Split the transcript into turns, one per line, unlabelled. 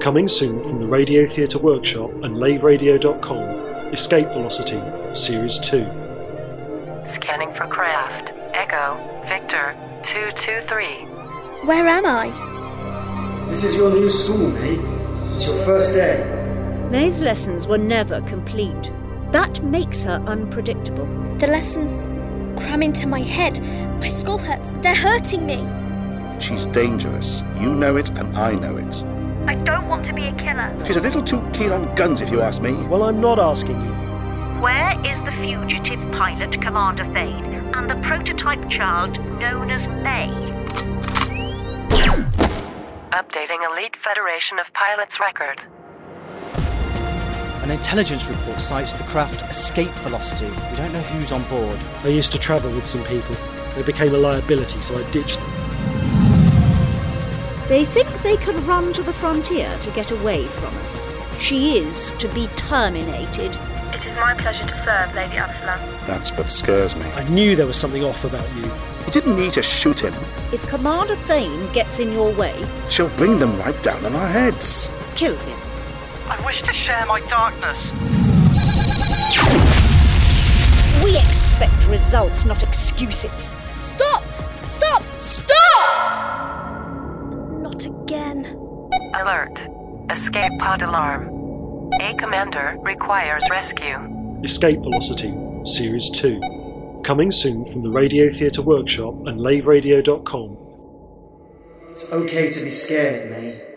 Coming soon from the Radio Theatre Workshop and laveradio.com, Escape Velocity, Series 2.
Scanning for craft. Echo, Victor, 223.
Where am I?
This is your new school, mate. It's your first day.
May's lessons were never complete. That makes her unpredictable.
The lessons cram into my head. My skull hurts. They're hurting me.
She's dangerous. You know it, and I know it.
I don't want to be a killer.
She's a little too keen on guns, if you ask me.
Well, I'm not asking you.
Where is the fugitive pilot Commander Thane and the prototype child known as May?
Updating Elite Federation of Pilots record.
An intelligence report cites the craft escape velocity. We don't know who's on board.
I used to travel with some people. They became a liability, so I ditched them.
They think they can run to the frontier to get away from us. She is to be terminated.
It is my pleasure to serve, Lady Absalom.
That's what scares me.
I knew there was something off about you.
You didn't need to shoot him.
If Commander Thane gets in your way,
She'll bring them right down on our heads.
kill him.
I wish to share my darkness.
We expect results, not excuses.
Stop! Stop! Stop! Not again.
Alert. Escape pod alarm. A commander requires rescue.
Escape Velocity, Series 2. Coming soon from the Radio Theatre Workshop and laveradio.com.
It's okay to be scared, mate.